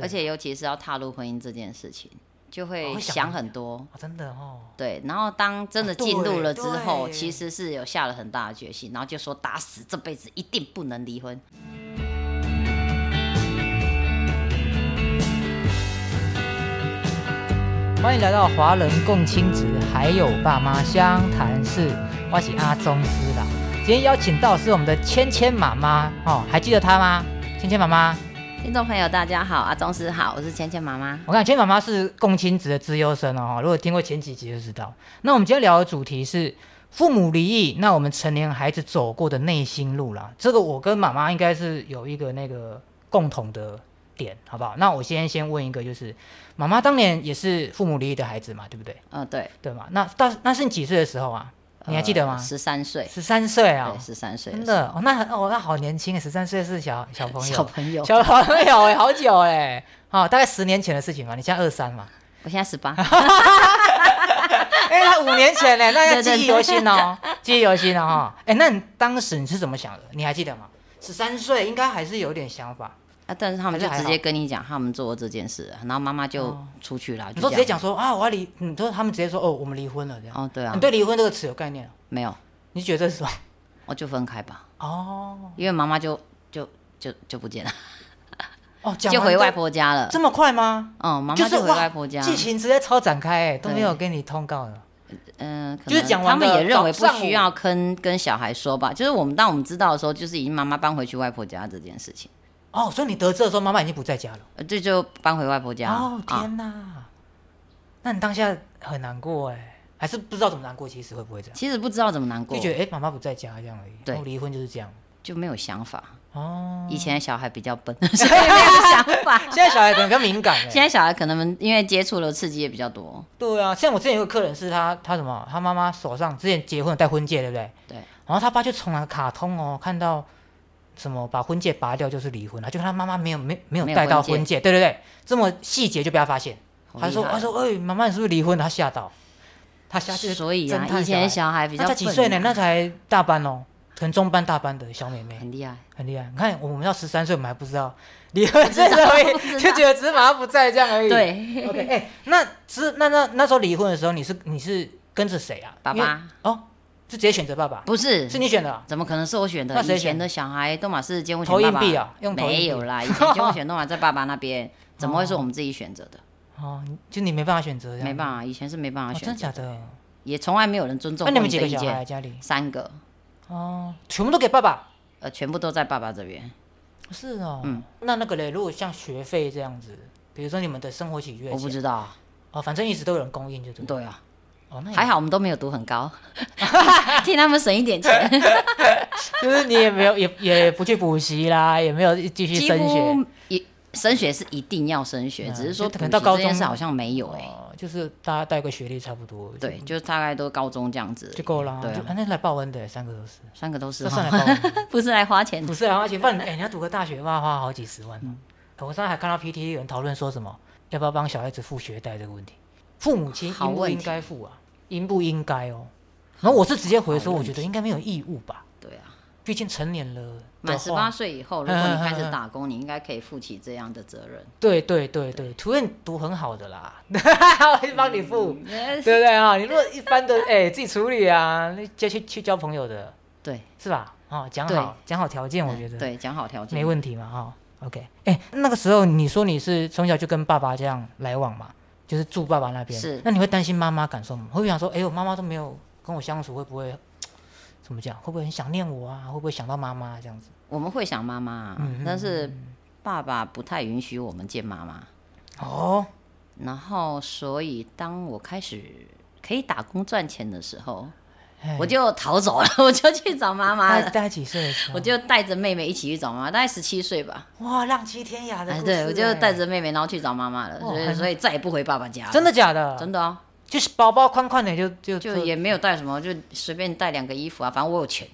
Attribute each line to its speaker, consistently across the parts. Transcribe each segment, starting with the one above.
Speaker 1: 而且尤其是要踏入婚姻这件事情，就会想很多。
Speaker 2: 哦真的哦，
Speaker 1: 对，然后当真的进入了之后，
Speaker 2: 啊对对
Speaker 1: 其实是有下了很大的决心，然后就说打死这辈子一定不能离婚。
Speaker 2: 欢迎来到华人共亲子还有爸妈相谈室，我是阿宗师啦。今天邀请到是我们的芊芊妈妈哦，还记得她吗？芊芊妈妈，
Speaker 1: 听众朋友，大家好，阿宗师好，我是芊芊妈妈。
Speaker 2: 我看芊芊妈妈是共亲子的资优生哦，如果听过前几集就知道。那我们今天聊的主题是父母离异，那我们成年孩子走过的内心路啦。这个我跟妈妈应该是有一个那个共同的点，好不好？那我先先问一个，就是妈妈当年也是父母离异的孩子嘛，对不对？
Speaker 1: 嗯、对，呃
Speaker 2: 对嘛？那到那是你几岁的时候啊？你还记得吗？
Speaker 1: 十三岁，
Speaker 2: 十三岁啊
Speaker 1: 对，，十三岁，
Speaker 2: 真的哦，那很哦，那好年轻，十三岁是小小朋
Speaker 1: 小
Speaker 2: 友，
Speaker 1: 朋友，
Speaker 2: 小朋友哎，好久哎，哦，大概十年前的事情嘛，你现在二三 嘛，
Speaker 1: 我现在十八，
Speaker 2: 啊哎，他五年前呢，那要
Speaker 1: 对对
Speaker 2: 记忆犹新哦，记忆犹新哦，哈哎，那你当时你是怎么想的？你还记得吗？十三岁应该还是有点想法，
Speaker 1: 啊，但是他们就
Speaker 2: 还是还
Speaker 1: 直
Speaker 2: 好哦
Speaker 1: 接跟你讲他们做过这件事，然后妈妈就出去了，
Speaker 2: 你
Speaker 1: 就
Speaker 2: 说
Speaker 1: 这
Speaker 2: 直
Speaker 1: 样
Speaker 2: 接讲说啊，我要离，你说他们直接说哦，我们离婚了这样，
Speaker 1: 哦，对啊
Speaker 2: 你，对离婚这个词有概念哦？
Speaker 1: 没有，
Speaker 2: 你觉得是什么？
Speaker 1: 我就分开吧，
Speaker 2: 哦
Speaker 1: 因为妈妈就就就就不见了，
Speaker 2: 哦，讲
Speaker 1: 就
Speaker 2: 完
Speaker 1: 回
Speaker 2: 这
Speaker 1: 外婆家了。
Speaker 2: 这么快吗？
Speaker 1: 嗯，妈妈
Speaker 2: 就是
Speaker 1: 就回
Speaker 2: 哇
Speaker 1: 外婆家，
Speaker 2: 剧情直接超展开、欸，都没有
Speaker 1: 对
Speaker 2: 给你通告的。
Speaker 1: 嗯，可
Speaker 2: 就是
Speaker 1: 能
Speaker 2: 讲
Speaker 1: 他
Speaker 2: 完
Speaker 1: 们
Speaker 2: 的
Speaker 1: 也认为不
Speaker 2: 早上
Speaker 1: 需
Speaker 2: 午
Speaker 1: 要跟跟小孩说吧，就是我们当我们知道的时候，就是已经妈妈搬回去外婆家这件事情，
Speaker 2: 哦，所以你得知的时候，妈妈已经不在家了。
Speaker 1: 呃这就搬回外婆家了。
Speaker 2: 哦，
Speaker 1: 啊，
Speaker 2: 天哪、那你当下很难过哎、还是不知道怎么难过？其实会不会这样？
Speaker 1: 其实不知道怎么难过
Speaker 2: 就，觉得哎，妈、妈不在家这样而已。
Speaker 1: 对
Speaker 2: 哦离婚就是这样。
Speaker 1: 就没有想法。
Speaker 2: 哦，
Speaker 1: 以前的小孩比较笨， 所以没有想法。
Speaker 2: 现在小孩可能比较敏感哎、
Speaker 1: 现在小孩可能因为接触的刺激也比较多，
Speaker 2: 对啊，像我之前有个客人是他，他什么？他妈妈手上之前结婚有戴婚戒，对不对？
Speaker 1: 对。
Speaker 2: 然后他爸就从那个卡通哦看到什么把婚戒拔掉就是离婚了，就看他妈妈没有没没有
Speaker 1: 没有
Speaker 2: 戴到
Speaker 1: 婚戒
Speaker 2: 婚戒，对对对，这么细节就被他发现。
Speaker 1: 好
Speaker 2: 他
Speaker 1: 厉
Speaker 2: 说：“
Speaker 1: 害啊
Speaker 2: 他说，哎、妈妈，你是不是离婚？”他吓到，他吓这个
Speaker 1: 所以
Speaker 2: 侦
Speaker 1: 啊，
Speaker 2: 探
Speaker 1: 以前的
Speaker 2: 小
Speaker 1: 小孩比
Speaker 2: 孩
Speaker 1: 较
Speaker 2: 那才
Speaker 1: 笨
Speaker 2: 几岁呢？
Speaker 1: 啊
Speaker 2: 那才大班哦，可能中班大班的小妹妹，
Speaker 1: 很厉害。
Speaker 2: 很厉害。你看，我们要十三岁，我们还不知道离婚这个而
Speaker 1: 不知
Speaker 2: 已，
Speaker 1: 道
Speaker 2: 就觉得只是妈妈不在这样而已。
Speaker 1: 对，
Speaker 2: ，OK，哎、那之那那那时候离婚的时候，你是你是跟着谁啊？
Speaker 1: 爸
Speaker 2: 因为
Speaker 1: 爸
Speaker 2: 哦，是直接选择爸爸，
Speaker 1: 不是
Speaker 2: 是你选的、啊？
Speaker 1: 怎么可能是我选的
Speaker 2: 那？谁
Speaker 1: 以前
Speaker 2: 选
Speaker 1: 的小孩都嘛是监护
Speaker 2: 投
Speaker 1: 权爸
Speaker 2: 硬币
Speaker 1: 爸
Speaker 2: 啊用投硬币
Speaker 1: 没有啦，以前监护权都嘛在爸爸那 边，怎么会是我们自己选择的？
Speaker 2: 哦，你就你没办法选择，
Speaker 1: 没
Speaker 2: 法、
Speaker 1: 办法，以前是没办
Speaker 2: 啊哦，
Speaker 1: 法
Speaker 2: 真的
Speaker 1: 选择，
Speaker 2: 假的？
Speaker 1: 也从来没有人尊重
Speaker 2: 那、
Speaker 1: 过
Speaker 2: 你们
Speaker 1: 的
Speaker 2: 几个
Speaker 1: 意
Speaker 2: 小孩、啊、
Speaker 1: 见。
Speaker 2: 家里？
Speaker 1: 三个，
Speaker 2: 哦，全部都给爸爸？
Speaker 1: 呃，全部都在爸爸这边。
Speaker 2: 是哦，
Speaker 1: 嗯
Speaker 2: 那那个嘞，如果像学费这样子，比如说你们的生活起居，
Speaker 1: 我不知道啊，
Speaker 2: 哦，反正一直都有人供应，就对了。
Speaker 1: 对啊，
Speaker 2: 哦，那也
Speaker 1: 还好我们都没有读很高， 替他们省一点钱。
Speaker 2: 就是你也没有也也不去补习啦，也没有继续
Speaker 1: 几
Speaker 2: 升学，
Speaker 1: 乎也升学是一定要升学，
Speaker 2: 嗯
Speaker 1: 只是说
Speaker 2: 就可能
Speaker 1: 补习
Speaker 2: 到高
Speaker 1: 这件
Speaker 2: 中
Speaker 1: 事好像没有哎、
Speaker 2: 哦，就是大家带个学历差不多，
Speaker 1: 对，就大概都高中这样子而已
Speaker 2: 就够了啊。
Speaker 1: 对
Speaker 2: 就
Speaker 1: 啊，
Speaker 2: 啊，那来报恩的三个都是，
Speaker 1: 三个都是啊
Speaker 2: 这算来
Speaker 1: 哈，
Speaker 2: 报 恩的，
Speaker 1: 不是来花钱的
Speaker 2: 不。是啊，而且不然，哎，你要读个大学，哇，花好几十万哦。
Speaker 1: 嗯
Speaker 2: 我上次还看到 PTT 有人讨论说什么要不要帮小孩子付学贷这个问题，父母亲
Speaker 1: 好
Speaker 2: 应不
Speaker 1: 问
Speaker 2: 应
Speaker 1: 题
Speaker 2: 该付啊？应不应该哦？然后我是直接回说，
Speaker 1: 好
Speaker 2: 我
Speaker 1: 问
Speaker 2: 觉得应该没有义务吧，
Speaker 1: 对啊，
Speaker 2: 毕竟成年了的
Speaker 1: 满十
Speaker 2: 话
Speaker 1: 八，岁以后，如果你 开
Speaker 2: 嗯嗯
Speaker 1: 始
Speaker 2: 嗯
Speaker 1: 打工，你应该可以负起这样的责任。
Speaker 2: 对对对对，图院读很好的啦， 我会帮你付。
Speaker 1: 呃
Speaker 2: 对不对啊？你如果一般的， 哎、自己处理啊，那就去去交朋友的，
Speaker 1: 对
Speaker 2: 是吧？哦，讲
Speaker 1: 对嗯
Speaker 2: 好讲好条件，我觉得
Speaker 1: 对，讲好条件
Speaker 2: 没。问题嘛，哈、哦。OK，哎、那个时候你说你是从小就跟爸爸这样来往嘛，就是住爸爸那边，
Speaker 1: 是
Speaker 2: 那你会担心妈妈感受吗？会不会想说，哎、我妈妈都没有跟我相处，会不会怎么讲？会不会很想念我啊？会不会想到妈妈这样子？
Speaker 1: 我们会想妈妈
Speaker 2: 嗯嗯，
Speaker 1: 但是爸爸不太允许我们见妈妈。
Speaker 2: 哦，
Speaker 1: 然后，所以当我开始可以打工赚钱的时候，
Speaker 2: 哎
Speaker 1: 我就逃走了， 我就去找妈妈
Speaker 2: 大
Speaker 1: 了
Speaker 2: 大。概几岁的时候？
Speaker 1: 我就带着妹妹一起去找妈妈，大概十七岁吧。
Speaker 2: 哇，浪迹天涯的
Speaker 1: 哎，
Speaker 2: 故事、
Speaker 1: 对，我就
Speaker 2: 哎
Speaker 1: 带，着妹妹，然后去找妈妈了，
Speaker 2: 哇
Speaker 1: 所以
Speaker 2: 很
Speaker 1: 所以再也不回爸爸家了。
Speaker 2: 真的假的？
Speaker 1: 真的啊，
Speaker 2: 就是包包宽宽的就就
Speaker 1: 就也没有带什么，就随便带两个衣服啊，反正我有钱，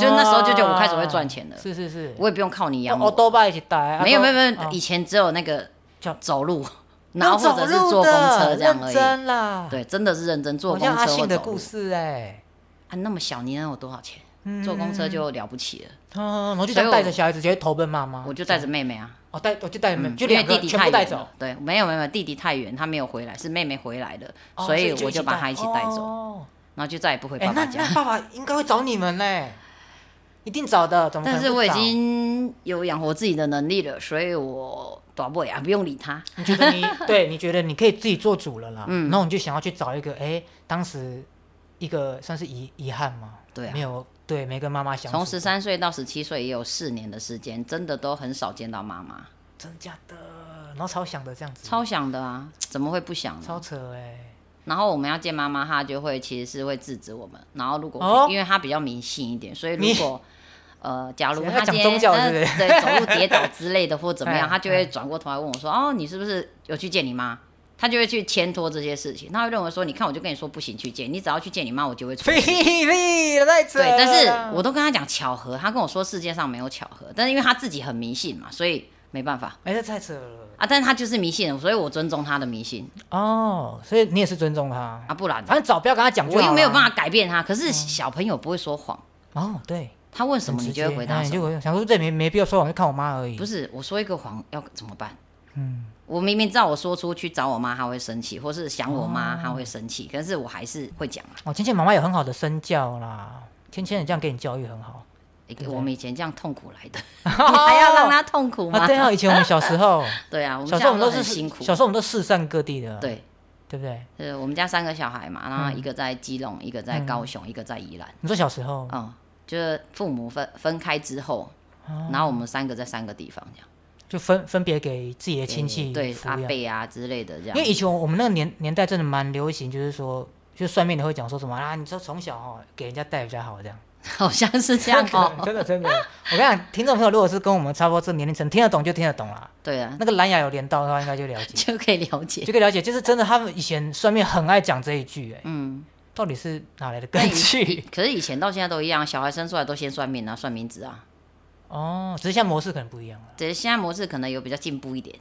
Speaker 1: 就那时候就觉得我开始会赚钱了
Speaker 2: 啊是是是，
Speaker 1: 我也不用靠你养
Speaker 2: 我
Speaker 1: 我。
Speaker 2: 都拜一起带。
Speaker 1: 没有没有没
Speaker 2: 哦啊
Speaker 1: 有，以前只有那个
Speaker 2: 叫
Speaker 1: 走路，
Speaker 2: 用
Speaker 1: 然后或者是
Speaker 2: 走路
Speaker 1: 坐公车
Speaker 2: 的
Speaker 1: 这样而
Speaker 2: 认
Speaker 1: 已。
Speaker 2: 真啦，
Speaker 1: 对，真的是认真坐
Speaker 2: 好
Speaker 1: 公
Speaker 2: 像阿
Speaker 1: 车
Speaker 2: 信
Speaker 1: 或
Speaker 2: 的
Speaker 1: 走
Speaker 2: 故
Speaker 1: 路。
Speaker 2: 事哎，
Speaker 1: 啊，那么小你能有多少钱？坐公车就了不起了。
Speaker 2: 嗯，然后就这
Speaker 1: 所以
Speaker 2: 样
Speaker 1: 我
Speaker 2: 带着小孩子直接投奔妈妈。
Speaker 1: 我就带着妹妹啊，
Speaker 2: 哦，带我就带你哦们，就
Speaker 1: 因为
Speaker 2: 两
Speaker 1: 弟
Speaker 2: 个
Speaker 1: 弟
Speaker 2: 全
Speaker 1: 太
Speaker 2: 部带
Speaker 1: 远
Speaker 2: 走
Speaker 1: 了，。对，没有没有没有，弟弟太远，他没有回来，是妹妹回来了，
Speaker 2: 哦
Speaker 1: 所以我
Speaker 2: 就
Speaker 1: 就把他一起带走，
Speaker 2: 哦
Speaker 1: 然后就再也不回
Speaker 2: 哎、
Speaker 1: 爸
Speaker 2: 那
Speaker 1: 爸家。
Speaker 2: 那爸爸应该会找你们嘞，一定找的，怎么可
Speaker 1: 但
Speaker 2: 能
Speaker 1: 是
Speaker 2: 不
Speaker 1: 我已
Speaker 2: 找
Speaker 1: 经有养活自己的能力了，所以我短不呀，不用理他。
Speaker 2: 你觉得 你对，你觉得你可以自己做主了啦，嗯，然后你就想要去找一个，哎、当时一个算是遗遗憾嘛，
Speaker 1: 对啊
Speaker 2: 没有对没跟妈妈相处，
Speaker 1: 从十三岁到十七岁也有四年的时间，真的都很少见到妈妈，
Speaker 2: 真假的，然后超想的这样子，
Speaker 1: 超想的啊，怎么会不想呢？
Speaker 2: 超扯哎、
Speaker 1: 然后我们要见妈妈，她就会其实是会制止我们。然后如果、
Speaker 2: 哦
Speaker 1: 因为她比较迷信一点，所以
Speaker 2: 你
Speaker 1: 如果呃，假如
Speaker 2: 谁要
Speaker 1: 她
Speaker 2: 讲
Speaker 1: 今
Speaker 2: 宗
Speaker 1: 天
Speaker 2: 教
Speaker 1: 呃
Speaker 2: 是不是
Speaker 1: 对走路跌倒之类的或怎么
Speaker 2: 哎
Speaker 1: 样，她就会转过头来问我说：“哦，你是不是有去见你妈？”她就会去牵拖这些事情，她会认为说：“你看，我就跟你说不行去见，你只要去见你妈，我就会出
Speaker 2: 屁
Speaker 1: 事。”
Speaker 2: 屁，太扯了
Speaker 1: 对，
Speaker 2: 啦，
Speaker 1: 但是我都跟她讲巧合，她跟我说世界上没有巧合，但是因为她自己很迷信嘛，所以没办法
Speaker 2: 哎、这太扯了
Speaker 1: 啊。但是她就是迷信人，所以我尊重她的迷信
Speaker 2: 哦，所以你也是尊重他，
Speaker 1: 啊，不然呢
Speaker 2: 反正早不要跟他讲，啊
Speaker 1: 我又没有办
Speaker 2: 法，
Speaker 1: 法改变他，可
Speaker 2: 嗯
Speaker 1: 是小朋友不会说谎，
Speaker 2: 哦，对。
Speaker 1: 他问什么
Speaker 2: 很
Speaker 1: 你
Speaker 2: 直
Speaker 1: 就会
Speaker 2: 接
Speaker 1: 回
Speaker 2: 哎
Speaker 1: 答
Speaker 2: 你
Speaker 1: 什
Speaker 2: 就
Speaker 1: 么。
Speaker 2: 回想说这没没必要说谎，就看我妈而已。
Speaker 1: 不是，我说一个谎要怎么办？嗯，我明明知道我说出去找我妈，她会生气，或是想我妈，她会生气，可是我还是会讲啊。
Speaker 2: 哦，芊芊妈妈有很好的身教啦，芊芊也这样给你教育很好。
Speaker 1: 诶
Speaker 2: 对
Speaker 1: 我们以前这样痛苦 来的，你还要让她痛苦吗
Speaker 2: 啊，？对啊，以前我们小时候，
Speaker 1: 对啊，我们
Speaker 2: 小
Speaker 1: 这
Speaker 2: 时候
Speaker 1: 样
Speaker 2: 我们都
Speaker 1: 很
Speaker 2: 是
Speaker 1: 辛苦。
Speaker 2: 小时候我们都四散各地的，
Speaker 1: 对，
Speaker 2: 对不对？
Speaker 1: 呃，我们家三个小孩嘛，
Speaker 2: 嗯
Speaker 1: 然后一个在基隆，一个在高雄，一个在宜兰。
Speaker 2: 你说小时候，
Speaker 1: 嗯，就是父母分分开之后，
Speaker 2: 哦
Speaker 1: 然后我们三个在三个地方这样。
Speaker 2: 就分分别给自己的亲戚
Speaker 1: 对
Speaker 2: 抚
Speaker 1: 阿
Speaker 2: 养，
Speaker 1: 贝啊之类的这样
Speaker 2: 因为。以前我们那个年年代真的蛮流行，就是说，就算命的会讲说什么啊，你说从小哦给人家带比较好这样。
Speaker 1: 好像是这样哦。
Speaker 2: 真的真的，我跟你讲，听众朋友如果是跟我们差不多这个年龄层，听得懂就听得懂啦。
Speaker 1: 对啊，
Speaker 2: 那个蓝牙有连到的话，应该就 了解。
Speaker 1: 就可以了解。
Speaker 2: 就可以了解，就是真的，他们以前算命很爱讲这一句、哎，
Speaker 1: 嗯，
Speaker 2: 到底是哪来的
Speaker 1: 那
Speaker 2: 根
Speaker 1: 以以
Speaker 2: 据？
Speaker 1: 可是以前到现在都一样，小孩生出来都先算命啊，算名字啊。
Speaker 2: 哦，只是现在模式可能不一样了。
Speaker 1: 只是现在模式可能有比较进步一点，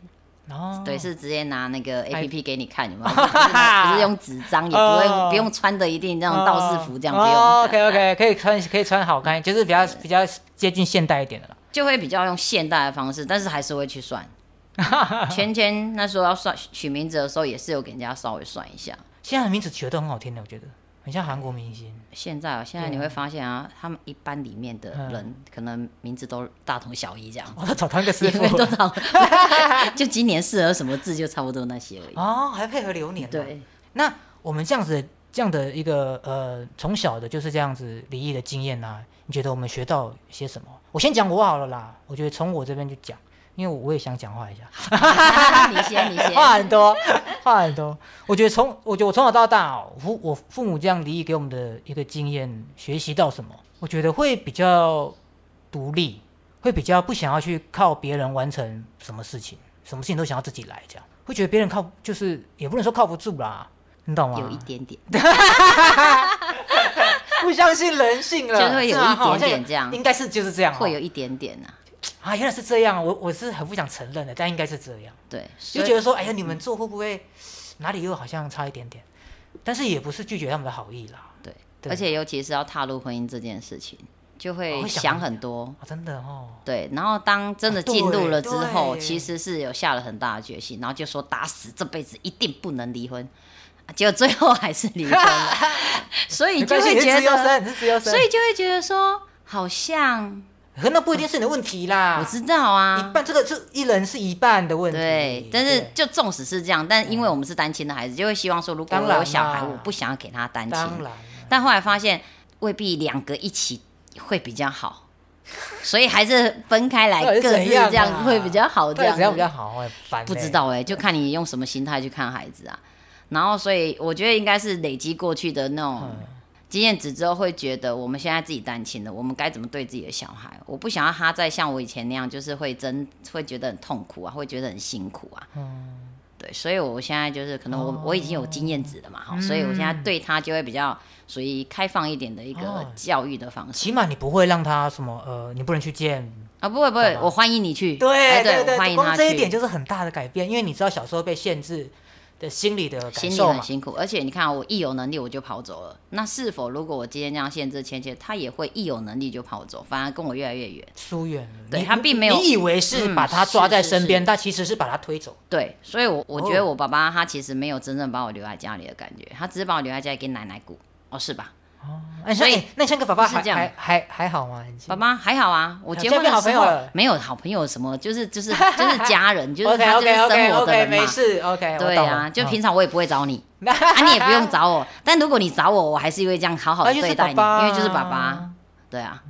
Speaker 2: 哦，
Speaker 1: 对，是直接拿那个
Speaker 2: 哎
Speaker 1: A P P 给你看，有没 有？不是不是用纸张，也不会、
Speaker 2: 哦
Speaker 1: 不用穿的一定那种道士服这样，不用，
Speaker 2: 哦，OK OK，可以穿可以穿好看，就是比较比较接近现代一点的了。
Speaker 1: 就会比较用现代的方式，但是还是会去 算。芊芊那时候要算取名字的时候，也是有给人家稍微算一下。
Speaker 2: 现在的名字取得都很好听的，我觉得很像韩国明星。
Speaker 1: 现在啊，现在你会发现啊，他们一般里面的
Speaker 2: 嗯
Speaker 1: 人可能名字都大同小异这样。
Speaker 2: 我、哦、找同一个师
Speaker 1: 因
Speaker 2: 傅
Speaker 1: 为都到， 就今年适合什么字就差不多那些而已。
Speaker 2: 哦，还配合流年、，
Speaker 1: 对，
Speaker 2: 那我们这样子这样的一个呃，从小的就是这样子离异的经验啊，你觉得我们学到些什么？我先讲我好了啦，我觉得从我这边去讲，因为我也想讲话一下。
Speaker 1: 你先，你 先。
Speaker 2: 话很多，话很多。我觉得从我觉得我从小到大、哦，我父我父母这样离异给我们的一个经验，学习到什么？我觉得会比较独立，会比较不想要去靠别人完成什么事情，什么事情都想要自己来，这样会觉得别人靠就是也不能说靠不住啦，你懂吗？
Speaker 1: 有一点点，
Speaker 2: 不相信人性了，
Speaker 1: 就是会有
Speaker 2: 是吗
Speaker 1: 一点
Speaker 2: 好像有
Speaker 1: 点这样
Speaker 2: 应该是就是这样哦、
Speaker 1: 会有一点点呐、啊。
Speaker 2: 啊，原来是这样啊，我我是很不想承认的，但应该是这样。
Speaker 1: 对，所
Speaker 2: 就
Speaker 1: 以
Speaker 2: 觉得说，哎呀，你们做会不会哪里又好像差一点点？但是也不是拒绝他们的好意啦，
Speaker 1: 对，
Speaker 2: 对
Speaker 1: 而且尤其是要踏入婚姻这件事情，就
Speaker 2: 哦
Speaker 1: 会
Speaker 2: 会想
Speaker 1: 想很多。
Speaker 2: 啊，真的哦，
Speaker 1: 对，然后当真的进入了之
Speaker 2: 哦
Speaker 1: 后，
Speaker 2: 对对
Speaker 1: 其实是有下了很大的决心，然后就说打死这辈子一定不能离婚，啊结果最后还是离婚 了，所以
Speaker 2: 没
Speaker 1: 就
Speaker 2: 关系
Speaker 1: 会
Speaker 2: 你是
Speaker 1: 觉
Speaker 2: 自由
Speaker 1: 得，
Speaker 2: 生，你是自由生，
Speaker 1: 所以就会觉得说，好像
Speaker 2: 可那不一定是你的问题啦，
Speaker 1: 我知道啊，
Speaker 2: 一半这个是一人是一半的问题，
Speaker 1: 对，但是
Speaker 2: 对嗯
Speaker 1: 就纵使是这样，但因为我们是单亲的孩子，就会希望说，如果
Speaker 2: 当
Speaker 1: 我
Speaker 2: 然
Speaker 1: 有小孩，
Speaker 2: 啦
Speaker 1: 我不想要给他单
Speaker 2: 当
Speaker 1: 亲。
Speaker 2: 然。
Speaker 1: 但后来发现，未必两个一起会比较好，所以还是分开来
Speaker 2: 到底
Speaker 1: 各自
Speaker 2: 是怎
Speaker 1: 这
Speaker 2: 样
Speaker 1: 样
Speaker 2: 啊
Speaker 1: 会比较好。
Speaker 2: 到
Speaker 1: 这
Speaker 2: 底
Speaker 1: 样
Speaker 2: 怎样
Speaker 1: 子
Speaker 2: 比较好？我也烦欸
Speaker 1: 不
Speaker 2: 嘞
Speaker 1: 知，道哎、就看你用什么心态去看孩子啊。然后，所以我觉得应该是累积过去的那种
Speaker 2: 嗯
Speaker 1: 经验值之后，会觉得我们现在自己单亲了，我们该怎么对自己的小孩？我不想要他再像我以前那样，就是会真会觉得很痛苦啊，会觉得很辛苦啊。嗯，对，所以我现在就是可能我、
Speaker 2: 哦
Speaker 1: 我已经有经验值了嘛，哈、所以我现在对他就会比较属于开放一点的一个
Speaker 2: 嗯哦
Speaker 1: 教育的方式。
Speaker 2: 起码你不会让他什么呃，你不能去见。
Speaker 1: 啊，不会不会，我欢迎你去。
Speaker 2: 对
Speaker 1: 哎
Speaker 2: 对
Speaker 1: 我欢
Speaker 2: 对，
Speaker 1: 迎他
Speaker 2: 光
Speaker 1: 去。
Speaker 2: 这一点就是很大的改变，因为你知道小时候被限制的心理的感
Speaker 1: 心里
Speaker 2: 受
Speaker 1: 很
Speaker 2: 嘛。
Speaker 1: 辛苦，而且你看，啊我一有能力我就跑走了。那是否如果我今天这样限制芊芊，他也会一有能力就跑走，反而跟我越来越远？
Speaker 2: 疏远了，
Speaker 1: 对
Speaker 2: 你
Speaker 1: 他并没有
Speaker 2: 你以为是
Speaker 1: 嗯
Speaker 2: 把他抓在
Speaker 1: 是是
Speaker 2: 身边，但其实是把他推走。
Speaker 1: 对，所以我，我觉
Speaker 2: 哦
Speaker 1: 得我爸爸他其实没有真正把我留在家里的感觉，他只是把我留在家里给奶奶顾，哦，是吧？
Speaker 2: 哎，
Speaker 1: 所以
Speaker 2: 哎那你像跟爸爸
Speaker 1: 是
Speaker 2: 还
Speaker 1: 这样
Speaker 2: 还还还好吗？你
Speaker 1: 爸爸还好啊，我结婚
Speaker 2: 现在
Speaker 1: 的
Speaker 2: 变好朋
Speaker 1: 时
Speaker 2: 友
Speaker 1: 候
Speaker 2: 了
Speaker 1: 没有好朋友什么，就是就是就是家 人，就是
Speaker 2: OK
Speaker 1: 他就是
Speaker 2: OK
Speaker 1: 生
Speaker 2: OK
Speaker 1: 活的
Speaker 2: OK，
Speaker 1: 人
Speaker 2: 没
Speaker 1: 嘛。
Speaker 2: 事哎 OK，
Speaker 1: 对啊，
Speaker 2: 嗯
Speaker 1: 就 平常我也不会找你，啊，
Speaker 2: 啊
Speaker 1: 你也不用找我。但如果你找我，我还是会这样好好
Speaker 2: 那
Speaker 1: 的
Speaker 2: 就是
Speaker 1: 对
Speaker 2: 爸
Speaker 1: 待你，
Speaker 2: 爸，啊
Speaker 1: 因为就是爸爸。。对啊，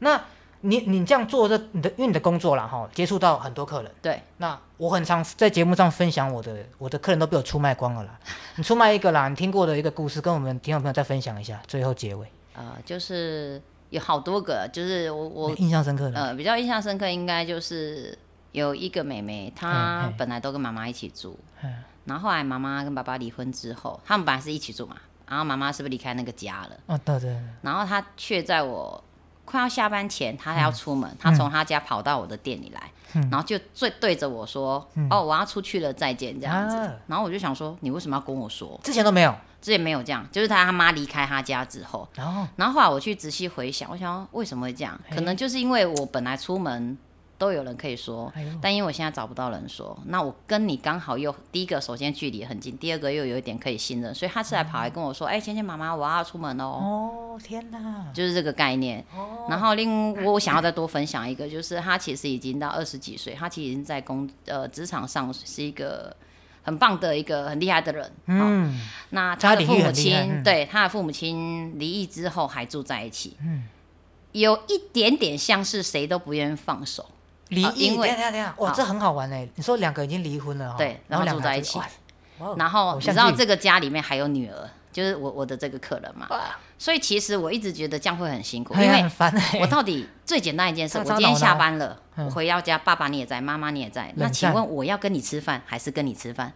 Speaker 2: 那你你这样做这你的因为你的工作啦哈，接触到很多客人。
Speaker 1: 对，
Speaker 2: 那我很常在节目上分享我的我的客人都被我出卖光了啦。你出卖一个啦，你听过的一个故事，跟我们听众朋友再分享一下，最后结尾
Speaker 1: 呃，就是有好多个，就是我我
Speaker 2: 你印象深刻的。
Speaker 1: 呃，比较印象深刻应该就是有一个妹妹，
Speaker 2: 嘿
Speaker 1: 她
Speaker 2: 嘿
Speaker 1: 本来都跟妈妈一起住，
Speaker 2: 嗯
Speaker 1: 然后后来妈妈跟爸爸离婚之后，他们本来是一起住嘛，然后妈妈是不是离开那个家了？
Speaker 2: 哦，对对对，
Speaker 1: 然后她却在我快要下班前，她还要出门，她从她家跑到我的店里来，
Speaker 2: 嗯
Speaker 1: 然后就最对着我说：“哦，我要出去了，再见。”这样子。
Speaker 2: 啊
Speaker 1: 然后我就想说，你为什么要跟我说？
Speaker 2: 之前都没有。
Speaker 1: 之前没有这样，就是她他妈离开她家之后，
Speaker 2: 然后
Speaker 1: 然后后来我去仔细回想，我想说为什么会这样？
Speaker 2: 嘿
Speaker 1: 可能就是因为我本来出门都有人可以说，
Speaker 2: 哎呦
Speaker 1: 但因为我现在找不到人说，那我跟你刚好又第一个首先距离很近，第二个又有一点可以信任，所以他是来跑来跟我说：“哎、芊芊妈妈，我要出门哦。
Speaker 2: 哦天哪，
Speaker 1: 就是这个概念。
Speaker 2: 哦
Speaker 1: 然后另我我想要再多分享一个，就是他其实已经到二十几岁，他其实已经在工呃职场上是一个很棒的一个很厉害的人。嗯，
Speaker 2: 嗯，
Speaker 1: 那
Speaker 2: 家
Speaker 1: 他的
Speaker 2: 庭
Speaker 1: 父
Speaker 2: 欲
Speaker 1: 母
Speaker 2: 很厉害
Speaker 1: 亲、
Speaker 2: 嗯
Speaker 1: 对他的父母亲离异之后还住在一起，
Speaker 2: 嗯
Speaker 1: 嗯，有一点点像是谁都不愿意放手，
Speaker 2: 离
Speaker 1: 啊
Speaker 2: 异，
Speaker 1: 因为
Speaker 2: 等一下等一下，哇，
Speaker 1: 好
Speaker 2: 这很好玩哎！你说两个已经离婚了哈，哦
Speaker 1: 对
Speaker 2: 然后
Speaker 1: 然
Speaker 2: 两
Speaker 1: 后
Speaker 2: 个
Speaker 1: 住在
Speaker 2: 还
Speaker 1: 一起
Speaker 2: 哇哇
Speaker 1: 然
Speaker 2: 哦偶
Speaker 1: 后你
Speaker 2: 像
Speaker 1: 知道
Speaker 2: 剧
Speaker 1: 这个家里面还有女儿，就是我我的这个客人嘛，
Speaker 2: 哇，
Speaker 1: 所以其实我一直觉得这样会很辛苦，
Speaker 2: 哎
Speaker 1: 因
Speaker 2: 呀
Speaker 1: 为
Speaker 2: 很烦哎，
Speaker 1: 我到底最简单一件事，
Speaker 2: 上
Speaker 1: 我
Speaker 2: 苍
Speaker 1: 今天
Speaker 2: 脑
Speaker 1: 下
Speaker 2: 袋
Speaker 1: 班了，
Speaker 2: 嗯
Speaker 1: 我回到家，爸爸你也在，妈妈你也在，那
Speaker 2: 冷
Speaker 1: 请
Speaker 2: 战
Speaker 1: 问我要跟你吃饭还是跟你吃饭？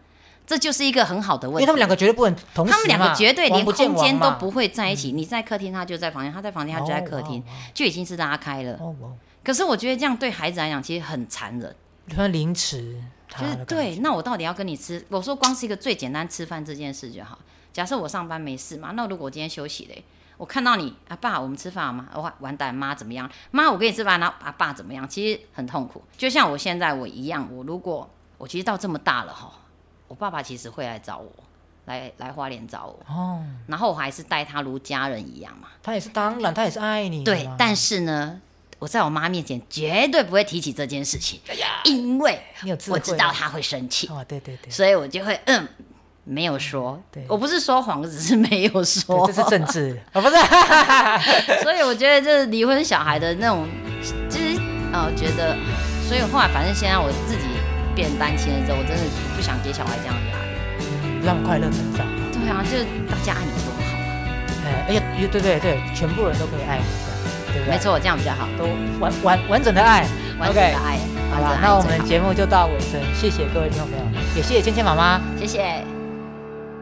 Speaker 1: 这就是一个很好的
Speaker 2: 因
Speaker 1: 问
Speaker 2: 为
Speaker 1: 题
Speaker 2: 他。们两个绝对不能同时嘛，
Speaker 1: 他们两个绝对
Speaker 2: 王
Speaker 1: 连
Speaker 2: 不见
Speaker 1: 空间
Speaker 2: 王
Speaker 1: 都
Speaker 2: 嘛嗯
Speaker 1: 不会在一起。你在客厅，他就在房间；他在房间，他就在客厅
Speaker 2: 哦，
Speaker 1: 就已经是拉开了。
Speaker 2: 哦，哦
Speaker 1: 可是我觉得这样对孩子来讲，其实很残忍。
Speaker 2: 穿凌迟，
Speaker 1: 就
Speaker 2: 他
Speaker 1: 是
Speaker 2: 的感
Speaker 1: 对，
Speaker 2: 觉，
Speaker 1: 那我到底要跟你吃？我说光是一个最简单吃饭这件事就好。假设我上班没事嘛，那如果我今天休息嘞，我看到你啊，爸，我们吃饭好吗？完完蛋，妈怎么样？妈，我跟你吃饭，然后啊，爸怎么样？其实很痛苦。就像我现在我一样，我如果我其实到这么大了哈，我爸爸其实会来找我，来来花莲找我。
Speaker 2: 哦，
Speaker 1: 然后我还是待他如家人一样嘛。
Speaker 2: 他也是当然，他也是爱你的嘛，
Speaker 1: 对，但是呢，我在我妈面前绝对不会提起这件事情，因为
Speaker 2: 哎你有智慧，啊
Speaker 1: 我知道她会生气，
Speaker 2: 哦，对对对，
Speaker 1: 所以我就会嗯没有说
Speaker 2: 对。
Speaker 1: 我不是说谎，我只是没有
Speaker 2: 对
Speaker 1: 说
Speaker 2: 这。是 政治哦，不是，
Speaker 1: 所以我觉得这离婚小孩的那种，就是呃觉得，所以后来反正现在我自己变单亲了之后，我真的不想给小孩这样的压力。
Speaker 2: 让快乐成长，
Speaker 1: 对啊，就是大家爱你多好啊，
Speaker 2: 哎，而且对对对，全部人都可以爱你，这样对不对？
Speaker 1: 没，错，这样比较好，
Speaker 2: 都完完完整的爱，
Speaker 1: 完整
Speaker 2: OK
Speaker 1: 的爱，
Speaker 2: 好
Speaker 1: 完整的
Speaker 2: 了
Speaker 1: 爱，
Speaker 2: 那我们
Speaker 1: 最
Speaker 2: 的
Speaker 1: 好
Speaker 2: 节目就到尾声，谢谢各位听众朋友，也谢谢芊芊妈妈。
Speaker 1: 谢谢。